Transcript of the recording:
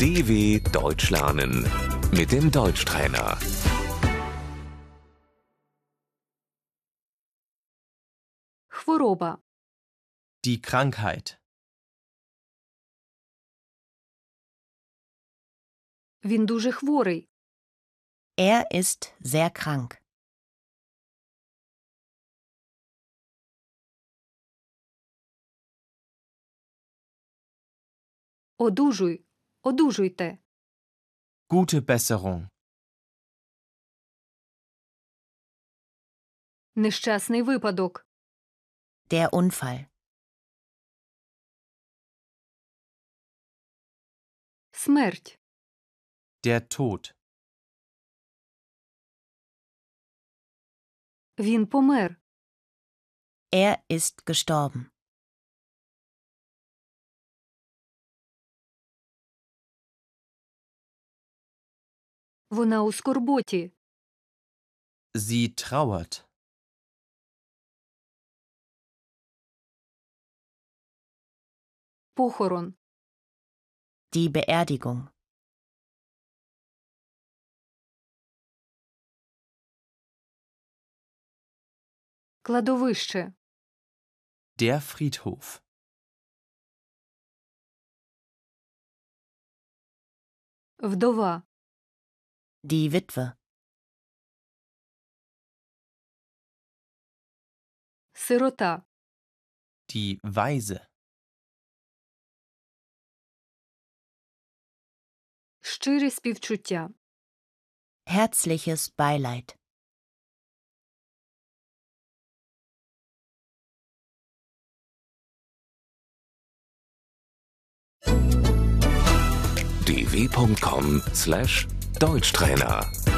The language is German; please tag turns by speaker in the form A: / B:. A: DW Deutsch lernen mit dem Deutschtrainer.
B: Хвороба.
C: Die Krankheit.
B: Він дуже хворий.
D: Er ist sehr krank.
B: Одужуй. Одужуйте.
C: Gute Besserung.
B: Нещасний випадок.
D: Der Unfall.
B: Смерть.
C: Der Tod.
B: Він помер.
D: Er ist gestorben.
B: Вона у скорботі.
C: Sie trauert.
B: Похорон.
D: Die Beerdigung.
B: Кладовище.
C: Der Friedhof.
B: Вдова.
D: Die Witwe.
B: Сирота.
C: Die Weise.
B: Щире співчуття.
D: Herzliches Beileid.
A: dw.com/deutschtrainer